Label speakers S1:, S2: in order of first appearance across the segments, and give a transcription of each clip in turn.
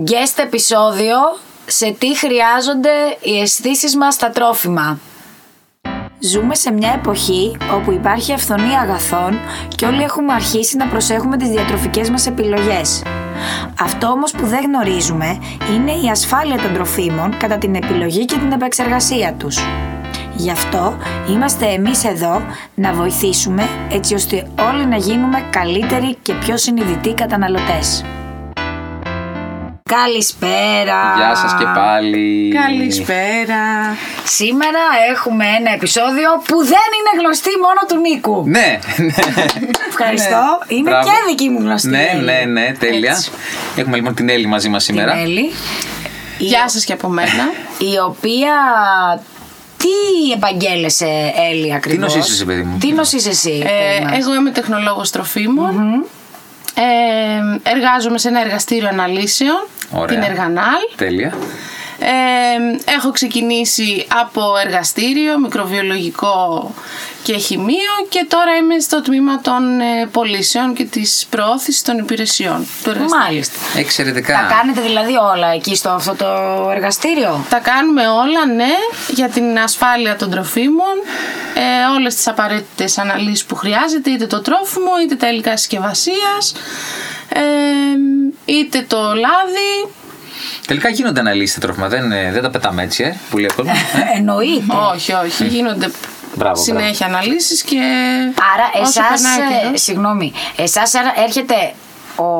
S1: Guest επεισόδιο σε τι χρειάζονται οι αισθήσεις μας στα τρόφιμα. Ζούμε σε μια εποχή όπου υπάρχει αυθονία αγαθών και όλοι έχουμε αρχίσει να προσέχουμε τις διατροφικές μας επιλογές. Αυτό όμως που δεν γνωρίζουμε είναι η ασφάλεια των τροφίμων κατά την επιλογή και την επεξεργασία τους. Γι' αυτό είμαστε εμείς εδώ να βοηθήσουμε έτσι ώστε όλοι να γίνουμε καλύτεροι και πιο συνειδητοί καταναλωτές. Καλησπέρα!
S2: Γεια σας και πάλι.
S3: Καλησπέρα.
S1: Σήμερα έχουμε ένα επεισόδιο που δεν είναι γνωστή μόνο του Νίκου.
S2: Ναι, ναι.
S1: Ευχαριστώ. Είναι
S2: Μπράβο.
S1: και δική μου γνωστή.
S2: ναι,
S1: Έλλη.
S2: ναι, ναι, τέλεια.
S1: Έτσι.
S2: Έχουμε λοιπόν την Έλλη μαζί μας
S1: Την
S2: σήμερα.
S1: Έλλη, η,
S3: Γεια σας και από μένα.
S1: η οποία. Τι επαγγέλεσαι, Έλλη, ακριβώς.
S2: νοσείς εσύ, παιδί μου?
S1: Τι νοσείς εσύ.
S3: Ε,
S1: Έλληνα?
S3: εγώ είμαι τεχνολόγος τροφίμων. Ε, εργάζομαι σε ένα εργαστήριο αναλύσεων,
S2: Ωραία.
S3: την Εργανάλ.
S2: Τέλεια.
S3: Ε, έχω ξεκινήσει από εργαστήριο, μικροβιολογικό και χημείο και τώρα είμαι στο τμήμα των ε, πωλήσεων και της προώθησης των υπηρεσιών του εργαστήριου.
S1: Μάλιστα.
S2: Εξαιρετικά.
S1: Τα κάνετε δηλαδή όλα εκεί στο αυτό το εργαστήριο.
S3: Τα κάνουμε όλα, ναι, για την ασφάλεια των τροφίμων, ε, όλες τις απαραίτητες αναλύσεις που χρειάζεται, είτε το τρόφιμο, είτε τα υλικά συσκευασίας, είτε το λάδι.
S2: Τελικά γίνονται αναλύσεις τα τρόφιμα. Δεν, ε, δεν τα πετάμε έτσι, ε, που λέει ο κόσμος. Ε,
S1: Εννοείται.
S3: Όχι, όχι, γίνονται
S2: Ναι. μπράβο,
S3: συνέχεια αναλύσεις και
S1: Άρα
S3: όσο
S1: εσάς,
S3: περνάει ο
S1: ε,
S3: καιρός-
S1: συγγνώμη, εσάς άρα έρχεται ο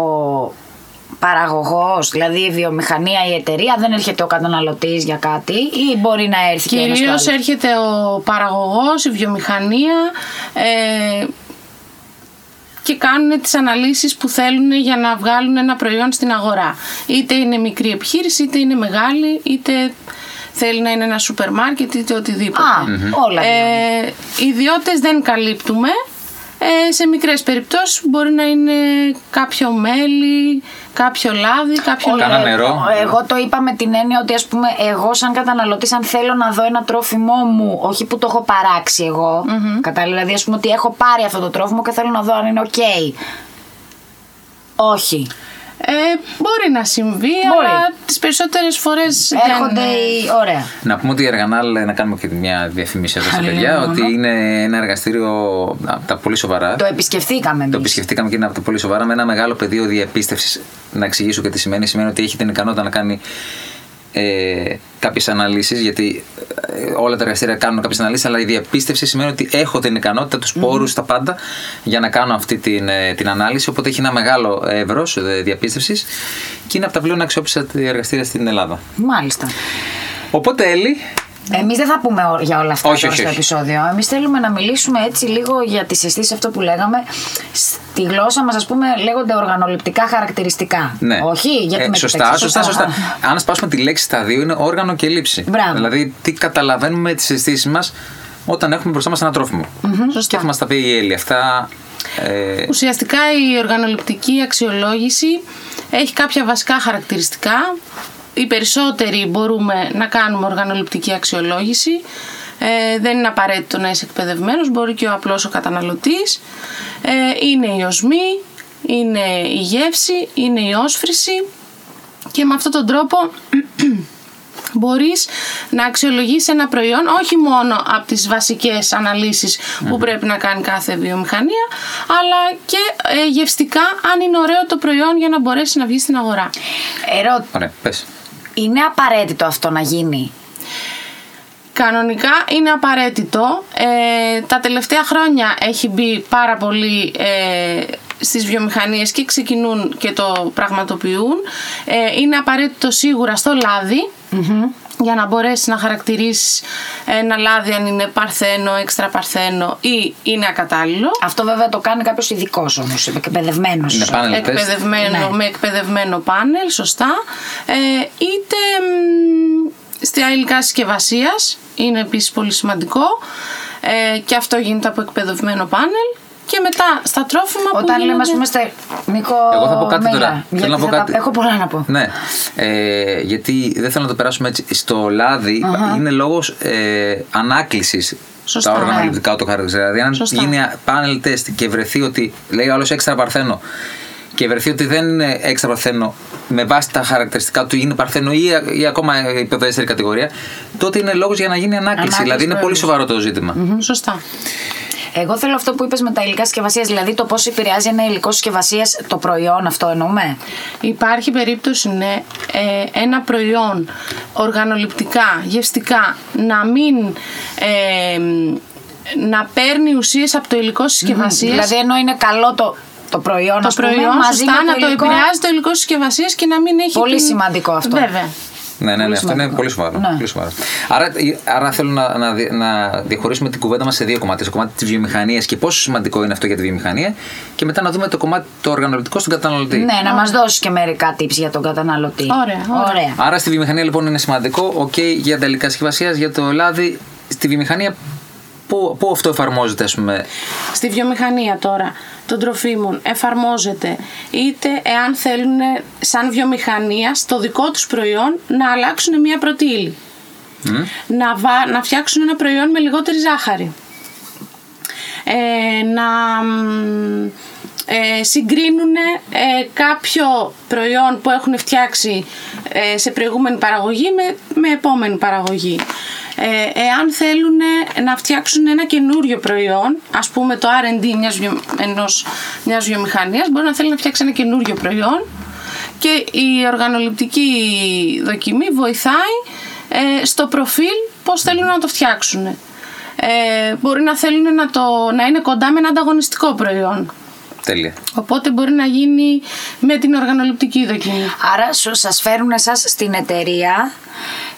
S1: παραγωγός, δηλαδή η βιομηχανία, η εταιρεία, δεν έρχεται ο καταναλωτής για κάτι ή μπορεί να έρθει και ένας και ο
S3: Κυρίως
S1: άλλος.
S3: έρχεται ο παραγωγός, η βιομηχανία ε, και κάνουν τις αναλύσεις που θέλουν για να βγάλουν ένα προϊόν στην αγορά. Είτε είναι μικρή επιχείρηση, είτε είναι μεγάλη, είτε θέλει να είναι ένα σούπερ μάρκετ, είτε οτιδήποτε.
S1: Α, όλα. δηλαδή.
S3: Ε, ιδιώτες δεν καλύπτουμε. Ε, σε μικρές περιπτώσεις μπορεί να είναι κάποιο μέλι, κάποιο λάδι, κάποιο
S2: Κάνα
S3: νερό.
S2: νερό.
S1: Εγώ το είπα με την έννοια ότι ας πούμε εγώ σαν καταναλωτής αν θέλω να δω ένα τρόφιμό μου, όχι που το έχω παράξει εγώ, κατάλαβα, δηλαδή ας πούμε ότι έχω πάρει αυτό το τρόφιμο και θέλω να δω αν είναι οκ. Όχι.
S3: Ε, μπορεί να συμβεί,
S1: Μπορεί.
S3: αλλά τις περισσότερες φορές
S1: Έρχονται
S3: δεν...
S1: οι... Ωραία.
S2: Να πούμε ότι η Εργανάλ, ε, να κάνουμε και μια διαφημίση εδώ στα
S1: Άλλη
S2: παιδιά,
S1: μόνο.
S2: ότι είναι ένα εργαστήριο από τα πολύ σοβαρά.
S1: Το επισκεφθήκαμε
S2: Το
S1: εμείς.
S2: επισκεφτήκαμε και είναι από τα πολύ σοβαρά με ένα μεγάλο πεδίο διαπίστευσης. Να εξηγήσω και τι σημαίνει. Σημαίνει ότι έχει την ικανότητα να κάνει ε, κάποιες αναλύσεις, γιατί ε, όλα τα εργαστήρια κάνουν κάποιες αναλύσεις, αλλά η διαπίστευση σημαίνει ότι έχω την ικανότητα, τους πόρους, τα πάντα για να κάνω αυτή την, ε, την ανάλυση. Οπότε έχει ένα μεγάλο εύρος διαπίστευσης και είναι από τα πλέον αξιόπιστα εργαστήρια στην Ελλάδα.
S1: Μάλιστα.
S2: Οπότε, Έλλη,
S1: Εμείς δεν θα πούμε ό- για όλα αυτά
S2: Όχι,
S1: τώρα
S2: όχι,
S1: στο
S2: όχι.
S1: επεισόδιο. Εμείς θέλουμε να μιλήσουμε έτσι λίγο για τις αισθήσεις, αυτό που λέγαμε. Στη γλώσσα μας, ας πούμε, λέγονται οργανοληπτικά χαρακτηριστικά.
S2: Ναι.
S1: Όχι, γιατί
S2: Ε,
S1: με
S2: σωστά,
S1: κοιτάξεις,
S2: σωστά, σωστά. Αν σπάσουμε τη λέξη στα δύο, είναι όργανο και λήψη.
S1: Μπράβο.
S2: Δηλαδή, τι καταλαβαίνουμε τις αισθήσεις μας όταν έχουμε μπροστά μας ένα τρόφιμο. Και θα μας τα πει η Έλλη. Αυτά. Ε,
S3: Ουσιαστικά η οργανοληπτική αξιολόγηση έχει κάποια βασικά χαρακτηριστικά. Οι περισσότεροι μπορούμε να κάνουμε οργανοληπτική αξιολόγηση. Ε, δεν είναι απαραίτητο να είσαι εκπαιδευμένος, μπορεί και ο απλός ο καταναλωτής. Ε, είναι η οσμή, είναι η γεύση, είναι η όσφρηση και με αυτόν τον τρόπο μπορείς να αξιολογείς ένα προϊόν όχι μόνο από τις βασικές αναλύσεις που πρέπει να κάνει κάθε βιομηχανία αλλά και ε, γευστικά αν είναι ωραίο το προϊόν για να μπορέσει να βγει στην αγορά.
S1: Ερώ...
S2: ωραία, πες.
S1: Είναι απαραίτητο αυτό να γίνει.
S3: Κανονικά είναι απαραίτητο. Ε, τα τελευταία χρόνια έχει μπει πάρα πολύ ε, στις βιομηχανίες και ξεκινούν και το πραγματοποιούν. Ε, είναι απαραίτητο σίγουρα στο λαδι για να μπορέσει να χαρακτηρίσει ένα λάδι αν είναι παρθένο, έξτρα παρθένο ή είναι ακατάλληλο.
S1: Αυτό βέβαια το κάνει κάποιος ειδικός όμως, εκπαιδευμένος.
S2: Είναι πάνελ τεστ.
S3: Εκπαιδευμένο,
S1: Ναι.
S3: με εκπαιδευμένο πάνελ, σωστά. Ε, είτε μ, στα υλικά συσκευασίας, είναι επίσης πολύ σημαντικό. Ε, και αυτό γίνεται από εκπαιδευμένο πάνελ. Και μετά στα τρόφιμα που
S1: Όταν λέμε,
S3: γίνονται-
S1: α πούμε, στε... Νίκο.
S2: Εγώ θα πω κάτι
S1: Μέλα,
S2: τώρα.
S1: γιατί
S2: Θέλω να πω
S1: θα τα-
S2: κάτι.
S1: Έχω πολλά να πω.
S2: Ναι. Ε, γιατί δεν θέλω να το περάσουμε έτσι. Στο λαδι είναι λόγος ε, ανάκλησης.
S3: Σωστά,
S2: τα
S3: ναι.
S2: οργανωληπτικά του χαρακτηριστικά. Δηλαδή, αν
S3: Σωστά.
S2: γίνει πάνελ τεστ και βρεθεί ότι. Λέει άλλος έξτρα παρθένο. Και βρεθεί ότι δεν είναι έξτρα παρθένο με βάση τα χαρακτηριστικά του είναι παρθένο ή, ή ακόμα η υποδέστερη κατηγορία, τότε είναι λόγος για να γίνει ανάκληση.
S1: Ανάκληση,
S2: δηλαδή είναι
S1: βέβαια.
S2: πολύ σοβαρό το ζήτημα.
S3: Μμμ, Σωστά.
S1: Εγώ θέλω αυτό που είπες με τα υλικά συσκευασίας, δηλαδή το πώς επηρεάζει ένα υλικό συσκευασίας το προϊόν, αυτό εννοούμε.
S3: Υπάρχει περίπτωση ναι, ε, ένα προϊόν οργανοληπτικά, γευστικά να μην ε, να παίρνει ουσίες από το υλικό της συσκευασίας
S1: Δηλαδή ενώ είναι καλό το, το προϊόν,
S3: το
S1: ας πούμε,
S3: προϊόν
S1: μαζί
S3: σωστά
S1: με
S3: να
S1: το
S3: το
S1: υλικό.
S3: επηρεάζει το υλικό της συσκευασίας και να μην έχει
S1: Πολύ σημαντικό αυτό.
S3: Βέβαια.
S2: Ναι, ναι, ναι, αυτό είναι
S1: σημαντικό.
S2: πολύ σοβαρό.
S1: Ναι.
S2: Πολύ σοβαρό. Άρα, άρα θέλω να, να, δι- να διαχωρίσουμε την κουβέντα μας σε δύο κομμάτια. Το κομμάτι της βιομηχανίας και πόσο σημαντικό είναι αυτό για τη βιομηχανία, και μετά να δούμε το κομμάτι το οργανωτικό στον καταναλωτή.
S1: Ναι, να μας δώσει και μερικά tips για τον καταναλωτή.
S3: Ωραία, ωραία.
S2: Άρα στη βιομηχανία λοιπόν είναι σημαντικό. Οκ, για τα υλικά συσκευασίας, για το λάδι. Στη βιομηχανία, πού, πού αυτό εφαρμόζεται, ας πούμε.
S3: Στη βιομηχανία τώρα των τροφίμων εφαρμόζεται είτε εάν θέλουν σαν βιομηχανία στο δικό τους προϊόν να αλλάξουν μια πρωτήλη. Να, βα- να φτιάξουν ένα προϊόν με λιγότερη ζάχαρη. Ε, να μ, ε, συγκρίνουν ε, κάποιο προϊόν που έχουν φτιάξει ε, σε προηγούμενη παραγωγή με, με επόμενη παραγωγή. Ε, εάν θέλουν να φτιάξουν ένα καινούριο προϊόν, ας πούμε το R&D μιας, βιο, ενός, μιας βιομηχανίας, μπορεί να θέλει να φτιάξει ένα καινούριο προϊόν και η οργανοληπτική δοκιμή βοηθάει ε, στο προφίλ πώς θέλουν να το φτιάξουν. Ε, μπορεί να θέλουν να, το, να είναι κοντά με ένα ανταγωνιστικό προϊόν.
S2: Τέλεια.
S3: Οπότε μπορεί να γίνει με την οργανοληπτική δοκιμή.
S1: Άρα σου, σας φέρουν εσάς στην εταιρεία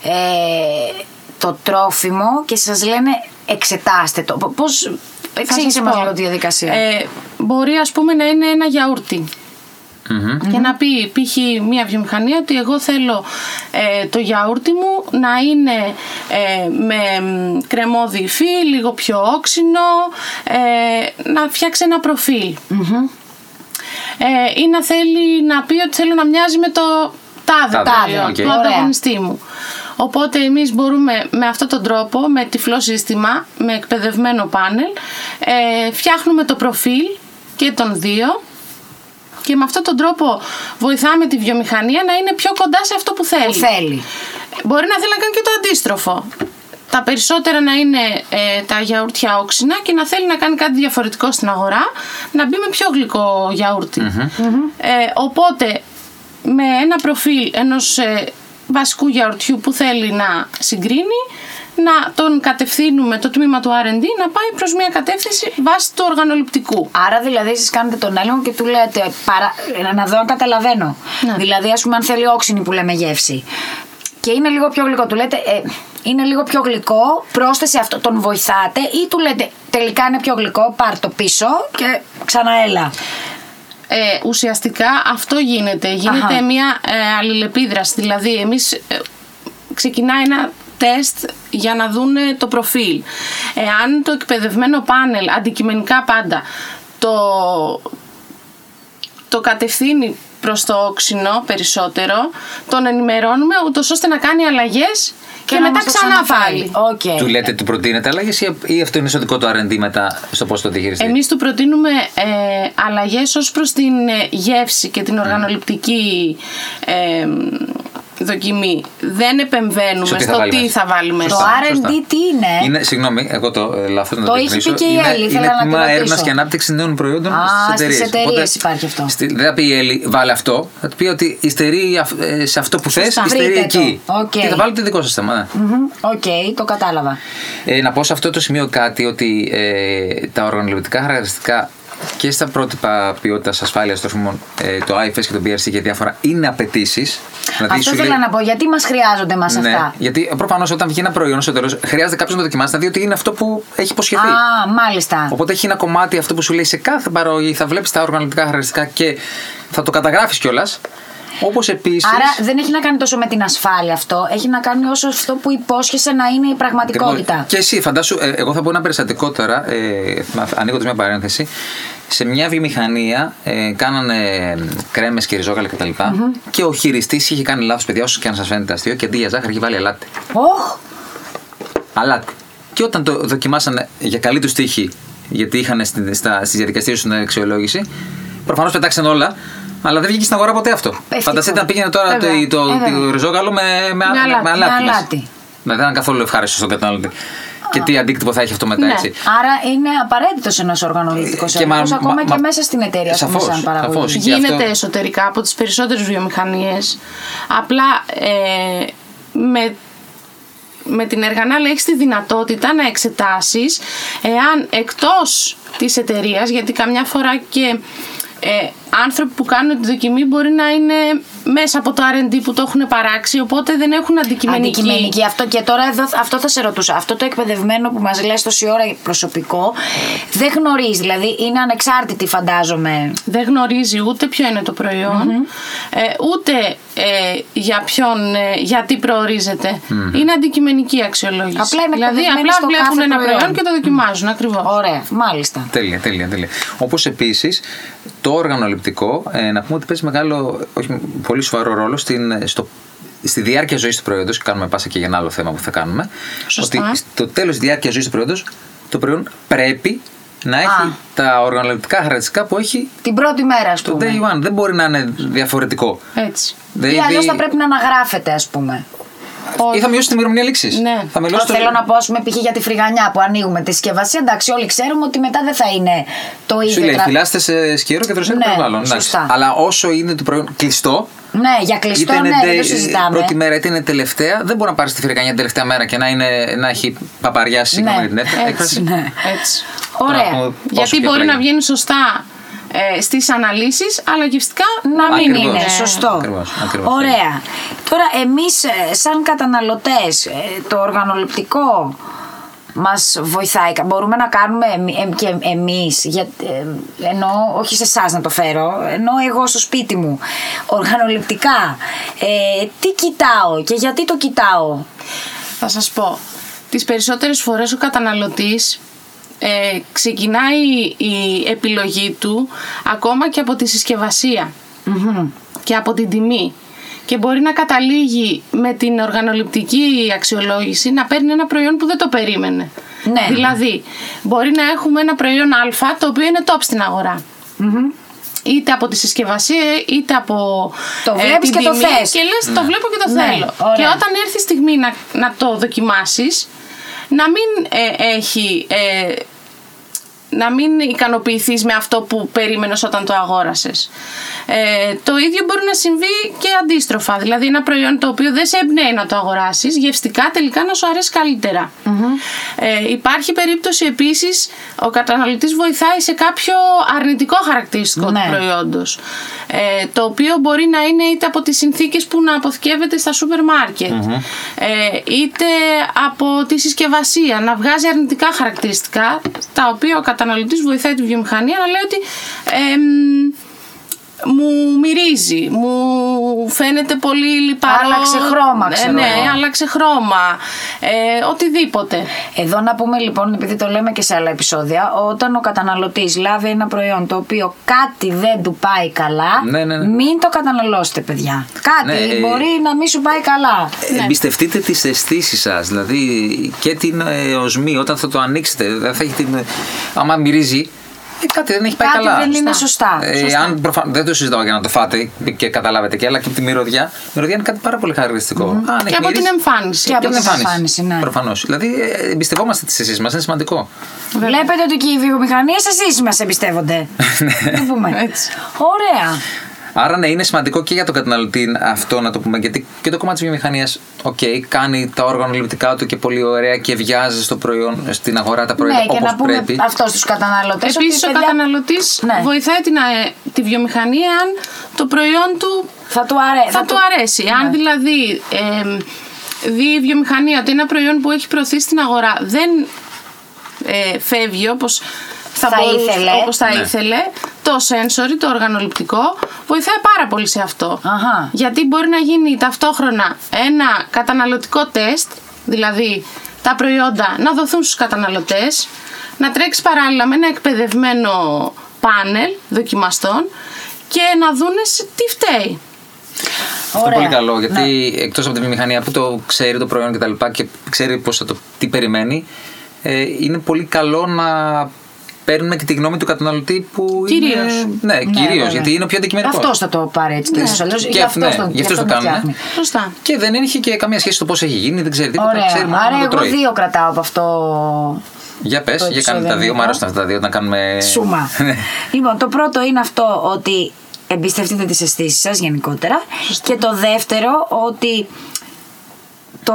S1: ε, το τρόφιμο και σας λένε εξετάστε το. Πο- Πώς,
S3: Θα
S1: εξήγησε
S3: σας
S1: μας
S3: πω.
S1: λίγο τη διαδικασία.
S3: Ε, μπορεί ας πούμε να είναι ένα γιαούρτι.
S2: Μμμ.
S3: και να πει π.χ. μια βιομηχανία ότι εγώ θέλω ε, το γιαούρτι μου να είναι ε, με μ, κρεμόδι υφή, λίγο πιο όξινο, ε, να φτιάξει ένα προφίλ. Ε, ή να θέλει να πει ότι θέλω να μοιάζει με το τάδε,
S2: Τάδε,
S3: προϊόν,
S2: οκ.
S3: του
S1: Ωραία.
S3: ανταγωνιστή μου. Οπότε εμείς μπορούμε με αυτόν τον τρόπο, με τυφλό σύστημα, με εκπαιδευμένο πάνελ, ε, φτιάχνουμε το προφίλ και των δύο και με αυτόν τον τρόπο βοηθάμε τη βιομηχανία να είναι πιο κοντά σε αυτό που θέλει.
S1: Που θέλει.
S3: Μπορεί να θέλει να κάνει και το αντίστροφο. Τα περισσότερα να είναι ε, τα γιαούρτια όξινα και να θέλει να κάνει κάτι διαφορετικό στην αγορά, να μπει με πιο γλυκό γιαούρτι. Ε, οπότε, με ένα προφίλ ενός ε, βασικού γιαουρτιού που θέλει να συγκρίνει, να τον κατευθύνουμε το τμήμα του R&D να πάει προς μια κατεύθυνση βάσει του οργανοληπτικού.
S1: Άρα δηλαδή εσείς κάνετε τον έλεγχο και του λέτε παρα... να δω αν καταλαβαίνω.
S3: Ναι.
S1: Δηλαδή ας πούμε αν θέλει όξινη που λέμε γεύση και είναι λίγο πιο γλυκό. Του λέτε ε, είναι λίγο πιο γλυκό, πρόσθεσε αυτό, τον βοηθάτε ή του λέτε τελικά είναι πιο γλυκό, πάρ το πίσω και ξαναέλα.
S3: Ε, ουσιαστικά αυτό γίνεται. Γίνεται
S1: Αχα.
S3: μια ε, αλληλεπίδραση. Δηλαδή, εμείς ε, ξεκινάει ένα τεστ για να δούνε το προφίλ. Εάν το εκπαιδευμένο πάνελ, αντικειμενικά πάντα, το, το κατευθύνει προς το όξινο περισσότερο, τον ενημερώνουμε ούτως ώστε να κάνει αλλαγές και,
S1: να
S3: μετά
S1: μας το
S3: ξανά
S1: ξαναφέρει.
S3: πάλι.
S1: Οκ.
S2: Του λέτε, του προτείνετε αλλαγές ή, ή αυτό είναι στο δικό του RD μετά στο πώς το διαχειριστεί.
S3: Εμείς του προτείνουμε ε, αλλαγές ως προς την ε, γεύση και
S2: Ναι.
S3: την οργανοληπτική ε, δοκιμή. Δεν επεμβαίνουμε
S2: Στο
S3: στο
S2: τι
S3: τι
S2: θα
S3: θα,
S2: βάλει μέσα.
S3: βάλουμε.
S1: Το
S2: Σωστά,
S1: R&D
S2: σωστά.
S1: τι είναι?
S2: Συγγνώμη, εγώ το ε, λάθος να
S1: Ε. Το
S2: το
S1: είχε
S2: διευκρινίσω.
S1: πει και η
S2: Είναι-
S1: Έλλη, ήθελα να τη
S2: Είναι τμήμα
S1: ρωτήσω.
S2: έρευνα και ανάπτυξης νέων προϊόντων
S1: Α, στις
S2: στις εταιρείες.
S1: εταιρείες υπάρχει αυτό.
S2: δεν θα πει η Έλλη, βάλε αυτό. Θα του πει ότι υστερεί αυ- ε, σε αυτό που θες,
S1: Σωστά.
S2: υστερεί
S1: Βρείτε το.
S2: εκεί.
S1: Οκ.
S2: Και θα βάλει το δικό σας θέμα. ναι.
S1: Μμμ, Οκ, το κατάλαβα.
S2: Ε, να πω σε αυτό το σημείο κάτι ότι ε, τα οργανωτικά χαρακτηριστικά και στα πρότυπα ποιότητας ασφάλειας τροφίμων, ε, το IFS και το BRC και διάφορα, είναι απαιτήσεις.
S1: αυτό ήθελα να πω. Γιατί μας χρειάζονται μας
S2: Ναι.
S1: αυτά.
S2: γιατί προφανώς όταν βγει ένα προϊόν στο τέλος, χρειάζεται κάποιος να το δοκιμάσει να δει ότι είναι αυτό που έχει υποσχεθεί.
S1: Α, μάλιστα.
S2: Οπότε έχει ένα κομμάτι αυτό που σου λέει σε κάθε παραγωγή, θα βλέπεις τα οργανωτικά χαρακτηριστικά και θα το καταγράφεις κιόλας. Όπως επίσης.
S1: Άρα δεν έχει να κάνει τόσο με την ασφάλεια αυτό. Έχει να κάνει όσο αυτό που υπόσχεσαι να είναι η πραγματικότητα.
S2: Και εσύ, φαντάσου, ε, εγώ θα πω ένα περιστατικό τώρα, ε, ανοίγοντα μια παρένθεση. Σε μια βιομηχανία ε, κάνανε κρέμες και ριζόγαλα κτλ. Και ο χειριστής είχε κάνει λάθος, παιδιά, όσο και αν σας φαίνεται αστείο, και αντί για ζάχαρη είχε βάλει αλάτι.
S1: Οχ!
S2: αλάτι. Και όταν το δοκιμάσανε για καλή τους τύχη, γιατί είχαν στις διαδικασίες του την αξιολόγηση, προφανώς πετάξαν όλα. Αλλά δεν βγήκε στην αγορά ποτέ αυτό.
S1: Ευτυχώς.
S2: Φανταστείτε να πήγαινε τώρα το,
S3: Βέβαια.
S2: το,
S1: Ε, βέβαια.
S2: το ριζόγαλο με, με,
S3: Με αλάτι.
S2: με
S1: Με
S2: αλάτι. μέσα.
S1: αλάτι.
S2: Να, δεν ήταν καθόλου ευχάριστο στον καταναλωτή. Και τι αντίκτυπο θα έχει αυτό μετά,
S3: Ναι.
S2: έτσι.
S1: Άρα είναι απαραίτητος ένας οργανωλητικό
S2: Ε, Και μα-
S1: έλεγχο, ακόμα
S2: μα-
S1: και
S2: μα-
S1: μέσα στην εταιρεία που
S2: Σαφώς,
S1: είναι σαν παραγωγή.
S2: σαφώς. Γι' αυτό-
S3: γίνεται εσωτερικά από τις περισσότερες βιομηχανίες απλά ε, με, με την Εργανάλη έχεις τη δυνατότητα να εξετάσεις εάν εκτός της εταιρείας γιατί καμιά φορά και ε, άνθρωποι που κάνουν τη δοκιμή μπορεί να είναι μέσα από το R&D που το έχουν παράξει οπότε δεν έχουν αντικειμενική,
S1: Αντικειμενική. Αυτό και τώρα εδώ, αυτό θα σε ρωτούσα. Αυτό το εκπαιδευμένο που μας λες τόση ώρα προσωπικό, δεν γνωρίζει. Δηλαδή είναι ανεξάρτητη, φαντάζομαι.
S3: δεν γνωρίζει ούτε ποιο είναι το προϊον ε, ούτε ε, για ποιον, ε, γιατί προορίζεται. Είναι αντικειμενική αξιολόγηση.
S1: Απλά είναι
S3: δηλαδή
S1: εκπαιδευμένοι
S3: απλά
S1: στο
S3: βλέπουν
S1: κάθε
S3: ένα
S1: προϊόν.
S3: προϊόν και το δοκιμάζουν ακριβώς. ακριβώς.
S1: Ωραία, μάλιστα.
S2: Τέλεια, τέλεια, τέλεια. Όπως επίσης το οργανοληπτικό, ε, να πούμε ότι παίζει μεγάλο, όχι πολύ σοβαρό ρόλο στην, ε, στο, στη διάρκεια ζωής του προϊόντος. Κάνουμε πάσα και για ένα άλλο θέμα που θα κάνουμε.
S3: Σωστά.
S2: Ότι στο τέλος της διάρκειας ζωής του προϊόντος, το προϊόν πρέπει να έχει τα οργανοληπτικά χαρακτηριστικά που έχει
S1: Την πρώτη μέρα, ας
S2: το
S1: πούμε.
S2: day one. Δεν μπορεί να είναι διαφορετικό.
S3: Έτσι.
S1: ναι. Ή
S2: Δηλαδή,
S1: αλλιώ θα πρέπει να αναγράφεται, ας πούμε.
S2: ή θα μειώσει την ημερομηνία λήξης.
S3: Ναι.
S2: Θα
S1: Τώρα
S2: μειώσει το-
S1: θέλω να πω, ας πούμε, π.χ. για τη φρυγανιά που ανοίγουμε τη συσκευασία. Εντάξει, όλοι ξέρουμε ότι μετά δεν θα είναι το ίδιο.
S2: Σου λέει,
S1: τρα-
S2: φυλάστε σε σκύρο και δροσέρι
S1: Ναι,
S2: το περιβάλλον. Εντάξει.
S1: σωστά.
S2: Αλλά όσο είναι το προϊόν κλειστό,
S1: Ναι, για κλειστό,
S2: είτε
S1: ναι,
S2: είναι
S1: δεν το
S2: day-
S1: συζητάμε.
S2: πρώτη μέρα είτε είναι τελευταία, δεν μπορεί να πάρεις τη φυρικανιά την τελευταία μέρα και να, είναι, να έχει παπαριάσει
S1: Ναι.
S2: συγγνώμη για την έκφραση.
S1: Έτσι,
S2: έκφραση.
S1: ναι.
S3: Έτσι.
S1: Ωραία.
S2: Να πούμε πόσο
S3: γιατί
S2: πιο
S3: μπορεί
S2: πλέον.
S3: να βγαίνει σωστά ε, στις αναλύσεις, αλλά και φυσικά να μην
S2: Ακριβώς.
S3: είναι.
S1: Είναι Ναι. σωστό.
S2: Ακριβώς, ακριβώς. ναι.
S1: Ωραία. Τώρα εμείς ε, σαν καταναλωτές ε, το οργανοληπτικό μας βοηθάει. Μπορούμε να κάνουμε εμ- εμ- και εμείς, για, ε, ενώ όχι σε εσάς να το φέρω, ενώ εγώ στο σπίτι μου, οργανοληπτικά, ε, τι κοιτάω και γιατί το κοιτάω.
S3: Θα σας πω, τις περισσότερες φορές ο καταναλωτής ε, ξεκινάει η επιλογή του ακόμα και από τη συσκευασία.
S1: Μμμ.
S3: και από την τιμή και μπορεί να καταλήγει με την οργανοληπτική αξιολόγηση να παίρνει ένα προϊόν που δεν το περίμενε.
S1: Ναι.
S3: Δηλαδή, μπορεί να έχουμε ένα προϊόν Α το οποίο είναι top στην αγορά. Είτε από τη συσκευασία, είτε από ε,
S1: Το βλέπεις
S3: την
S1: και το
S3: τιμή
S1: θες.
S3: Και λες, το βλέπω και το
S1: Ναι,
S3: θέλω.
S1: ωραία.
S3: Και όταν έρθει η στιγμή να, να το δοκιμάσεις, να μην ε, έχει... ε, να μην ικανοποιηθείς με αυτό που περίμενες όταν το αγόρασες. Ε, το ίδιο μπορεί να συμβεί και αντίστροφα. Δηλαδή ένα προϊόν το οποίο δεν σε εμπνέει να το αγοράσεις, γευστικά τελικά να σου αρέσει καλύτερα. Ε, υπάρχει περίπτωση επίσης ο καταναλωτής βοηθάει σε κάποιο αρνητικό χαρακτηριστικό
S1: Ναι.
S3: του προϊόντος. Ε, το οποίο μπορεί να είναι είτε από τις συνθήκες που να αποθηκεύεται στα σούπερ μάρκετ, ε, είτε από τη συσκευασία να βγάζει αρνητικά χαρακτηριστικά τα οποία ο καταναλωτής βοηθάει τη βιομηχανία να λέει ότι εμ, μου μυρίζει, μου φαίνεται πολύ λιπαρό.
S1: Άλλαξε χρώμα, ξέρω
S3: ναι,
S1: εγώ.
S3: άλλαξε χρώμα. Ε, οτιδήποτε.
S1: Εδώ να πούμε λοιπόν, επειδή το λέμε και σε άλλα επεισόδια, όταν ο καταναλωτής λάβει ένα προϊόν το οποίο κάτι δεν του πάει καλά,
S2: Ναι, ναι, ναι.
S1: μην το καταναλώσετε, παιδιά. Κάτι
S2: Ναι, ε,
S1: μπορεί να μην σου πάει καλά.
S2: Εμπιστευτείτε τις αισθήσεις σας, δηλαδή και την ε, οσμή όταν θα το ανοίξετε. Δεν θα έχει την. ε, άμα μυρίζει, ε, κάτι δεν έχει πάει
S1: Κάτι
S2: καλά.
S1: δεν είναι σωστά.
S2: Ε,
S1: Σωστά.
S2: αν προφαν... Δεν το συζητάω για να το φάτε και καταλάβετε και, αλλά και από τη μυρωδιά. Η μυρωδιά είναι κάτι πάρα πολύ χαρακτηριστικό. Αν έχει
S3: Και από την
S2: μυρίσει-
S3: εμφάνιση.
S1: Και από
S2: Και από την
S1: την εμφάνιση, ναι.
S2: Προφανώς. Δηλαδή, ε, εμπιστευόμαστε τις αισθήσεις μας, είναι σημαντικό.
S1: Βλέπετε ότι και οι βιομηχανίες εσείς μας εμπιστεύονται.
S2: Ναι.
S1: Να το πούμε.
S3: Έτσι.
S1: Ωραία.
S2: Άρα, ναι, είναι σημαντικό και για τον καταναλωτή αυτό να το πούμε. Γιατί και το κομμάτι της βιομηχανίας, οκ, κάνει τα όργανα ληπτικά του και πολύ ωραία και βιάζει στο προϊόν, στην αγορά τα προϊόντα
S1: ναι, και
S2: όπως
S1: να πούμε
S2: πρέπει.
S1: αυτό στους καταναλωτές.
S3: Επίσης ο καταναλωτής
S1: Ναι.
S3: βοηθάει την, αε- τη βιομηχανία αν το προϊόν του
S1: Ε, Θα του, αρέ...
S3: θα του αρέσει. Αν δηλαδή εμ, δει η βιομηχανία ότι ένα προϊόν που έχει προωθεί στην αγορά δεν ε, φεύγει όπως θα,
S1: Θα
S3: μπορούσε-
S1: ήθελε.
S3: όπως θα
S2: Ναι.
S3: ήθελε, το sensory, το οργανοληπτικό, βοηθάει πάρα πολύ σε αυτό.
S1: Αχα.
S3: Γιατί μπορεί να γίνει ταυτόχρονα ένα καταναλωτικό τεστ, δηλαδή τα προϊόντα να δοθούν στους καταναλωτές, να τρέξει παράλληλα με ένα εκπαιδευμένο πάνελ δοκιμαστών και να δούνε σε τι φταίει.
S2: Αυτό είναι
S1: Ωραία.
S2: πολύ καλό. Γιατί
S1: Ναι.
S2: εκτός από τη βιομηχανία που το ξέρει το προϊόν και τα λοιπά και ξέρει πώς θα το, τι περιμένει, ε, είναι πολύ καλό να παίρνουμε και τη γνώμη του καταναλωτή που
S3: Κυρίως.
S2: είναι. Ναι, κυρίως.
S1: βέβαια.
S2: γιατί είναι ο πιο αντικειμενικός.
S1: Αυτό θα το πάρει έτσι. Ναι. Αλλιώς,
S2: Και
S1: για
S2: αυτό,
S1: αυτό
S2: ναι, γι' αυτός το κάνουμε.
S3: Σωστά.
S2: Και δεν έχει και καμία σχέση το πώς έχει γίνει, δεν ξέρει τίποτα. ξέρει μόνο
S1: Ωραία.
S2: να
S1: Άρα
S2: το
S1: εγώ
S2: τρώει.
S1: δύο κρατάω από αυτό
S2: Για πες,
S1: το
S2: για κάνε τα
S1: επεισόδιο
S2: δύο. Μ'
S1: μου.
S2: αρέσουν αυτά τα δύο όταν κάνουμε.
S1: σούμα.
S2: Ναι.
S1: λοιπόν, το πρώτο είναι αυτό ότι εμπιστευτείτε τις αισθήσεις σας γενικότερα και το δεύτερο ότι το,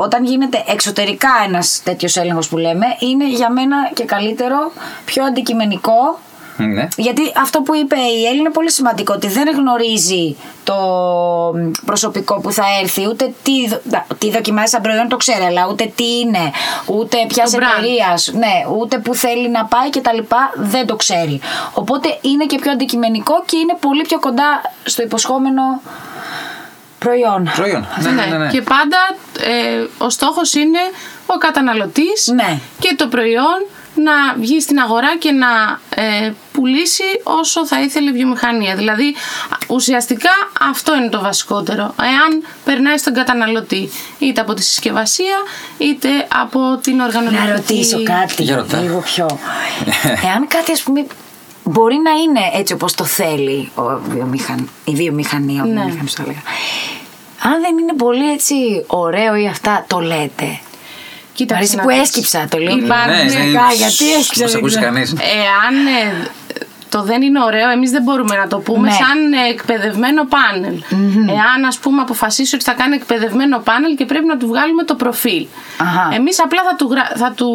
S1: όταν γίνεται εξωτερικά ένας τέτοιος έλεγχος που λέμε είναι για μένα και καλύτερο, πιο αντικειμενικό
S2: ναι.
S1: γιατί αυτό που είπε η Έλλη είναι πολύ σημαντικό ότι δεν γνωρίζει το προσωπικό που θα έρθει, ούτε τι, δο- τα- τι δοκιμάζει σαν προϊόν, το ξέρει, αλλά ούτε τι είναι, ούτε ποια
S3: Το brand.
S1: εταιρείας, ναι, ούτε που θέλει να πάει κτλ. Δεν το ξέρει. Οπότε είναι και πιο αντικειμενικό και είναι πολύ πιο κοντά στο υποσχόμενο προϊόν.
S2: Προϊόν. Ναι, ναι, ναι. ναι.
S3: Και πάντα ε, ο στόχος είναι ο καταναλωτής
S1: Ναι.
S3: και το προϊόν να βγει στην αγορά και να ε, πουλήσει όσο θα ήθελε η βιομηχανία. Δηλαδή, ουσιαστικά αυτό είναι το βασικότερο. Εάν περνάει στον καταναλωτή, είτε από τη συσκευασία, είτε από την οργανωτική...
S1: Να ρωτήσω κάτι
S2: Για ρωτά.
S1: λίγο πιο. Εάν κάτι ας πούμε μπορεί να είναι έτσι όπως το θέλει ο βιομηχαν... η βιομηχανία, ο
S3: Ναι.
S1: βιομηχανός θα έλεγα. Αν δεν είναι πολύ έτσι ωραίο ή αυτά, το λέτε. Μ'
S3: Κοίταξε
S1: αρέσει
S3: να
S1: που
S3: δεις.
S1: έσκυψα, το λέω.
S3: Υπάρχουν-
S2: Ναι, ναι,
S1: Κα- γιατί
S2: ψ,
S1: έχει
S2: μη σε ακούσει
S1: ξαφνικά.
S2: κανεί.
S3: Εάν ε, το δεν είναι ωραίο, εμείς δεν μπορούμε να το πούμε
S1: Ναι.
S3: σαν ε, εκπαιδευμένο πάνελ. Εάν ας πούμε αποφασίσει ότι θα κάνει εκπαιδευμένο πάνελ και πρέπει να του βγάλουμε το προφίλ.
S1: Αχα.
S3: Εμείς απλά θα του, γρα- θα του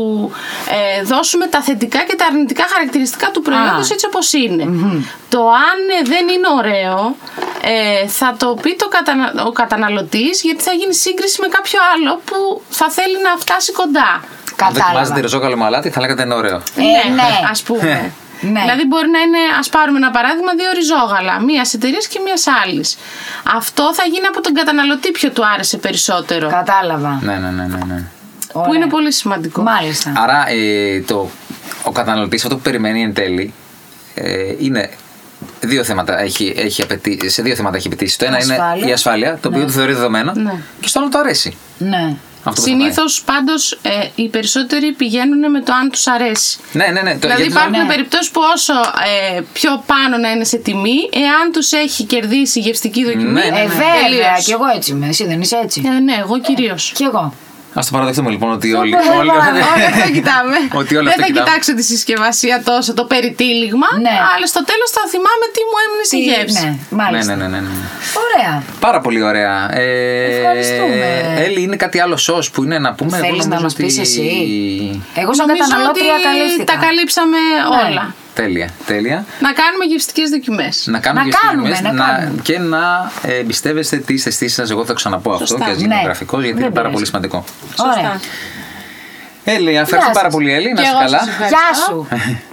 S3: ε, δώσουμε τα θετικά και τα αρνητικά χαρακτηριστικά του προϊόντος
S1: Α.
S3: έτσι όπως είναι. Το αν ε, δεν είναι ωραίο ε, θα το πει το κατανα- ο καταναλωτής γιατί θα γίνει σύγκριση με κάποιο άλλο που θα θέλει να φτάσει κοντά.
S2: Αν δοκιμάζετε
S1: Κατάλαβα.
S2: ριζόκαλο μαλάτι, θα λέγατε είναι ωραίο.
S1: Ε,
S3: ναι,
S1: ναι.
S3: ας πούμε.
S1: Ναι.
S3: Δηλαδή μπορεί να είναι, ας πάρουμε ένα παράδειγμα, δύο ριζόγαλα, μία εταιρεία και μία άλλη. Αυτό θα γίνει από τον καταναλωτή ποιο του άρεσε περισσότερο.
S1: Κατάλαβα.
S2: Ναι, ναι, ναι, ναι. ναι.
S1: Ωραία.
S3: Που είναι πολύ σημαντικό.
S1: Μάλιστα.
S2: Άρα ε, το, ο καταναλωτής αυτό που περιμένει εν τέλει ε, είναι δύο θέματα. Έχει, έχει απαιτεί, σε δύο θέματα έχει απαιτήσει. Το ένα
S1: Ασφάλεια.
S2: είναι η ασφάλεια, το οποίο του θεωρεί δεδομένο.
S3: Ναι.
S2: Και στο άλλο το αρέσει.
S1: Ναι.
S2: Αυτό που θα
S3: Συνήθως πάντως ε, οι περισσότεροι πηγαίνουν με το αν τους αρέσει.
S2: πάει. Ναι, ναι, ναι. Το,
S3: δηλαδή
S2: γιατί το-
S3: υπάρχουν
S1: ναι.
S3: περιπτώσεις που όσο ε, πιο πάνω να είναι σε τιμή, εάν τους έχει κερδίσει η γευστική δοκιμή.
S2: Ναι, ναι, ναι.
S1: Ε, βέβαια,
S3: τελείως.
S1: κι εγώ έτσι είμαι. Εσύ δεν είσαι έτσι.
S3: Ε, ναι, εγώ κυρίως.
S1: Κι εγώ.
S2: Ας το παραδεχτούμε λοιπόν ότι όλοι.
S1: Σούπερ,
S2: όλοι-
S1: ναι.
S3: Όλα θα κοιτάμε.
S2: Ότι όλα
S3: Δεν
S2: αυτά
S3: θα
S2: κοιτάμε.
S3: κοιτάξω τη συσκευασία τόσο, το περιτύλιγμα.
S1: Ναι.
S3: Αλλά στο τέλος θα θυμάμαι τι μου έμεινε στη γεύση.
S1: Ναι,
S2: Ναι,
S1: μάλιστα.
S2: ναι, ναι, ναι, ναι.
S1: Ωραία.
S2: Πάρα πολύ ωραία. Ε,
S1: Ευχαριστούμε.
S2: Έλλη, είναι κάτι άλλο σως που είναι να πούμε. εγώ
S1: Θέλεις να
S2: νομίζω
S1: μας πεις
S2: ότι-
S1: εσύ? Εγώ σαν
S3: Νομίζω
S1: καταναλώτρια
S3: ότι
S1: καλύφθηκα.
S3: τα καλύψαμε
S1: Ναι.
S3: όλα.
S2: Τέλεια, τέλεια.
S3: Να κάνουμε γευστικές δοκιμές.
S2: Να κάνουμε,
S1: Να
S2: και στις
S1: κάνουμε,
S2: γραμμές,
S1: να κάνουμε.
S2: και να ε, εμπιστεύεστε τις αισθήσεις σας. Εγώ θα ξαναπώ αυτό
S3: Σωστά,
S2: και ας γίνει
S1: ναι.
S2: γραφικό γιατί
S1: Δεν
S2: είναι πάρα
S1: πειράζει.
S2: πολύ σημαντικό.
S1: Ωραία.
S2: Έλλη, ευχαριστώ
S1: σας.
S2: πάρα πολύ, Έλλη. Να
S3: Και
S2: είσαι
S3: εγώ σας
S2: καλά.
S3: ευχαριστώ.
S1: Γεια σου.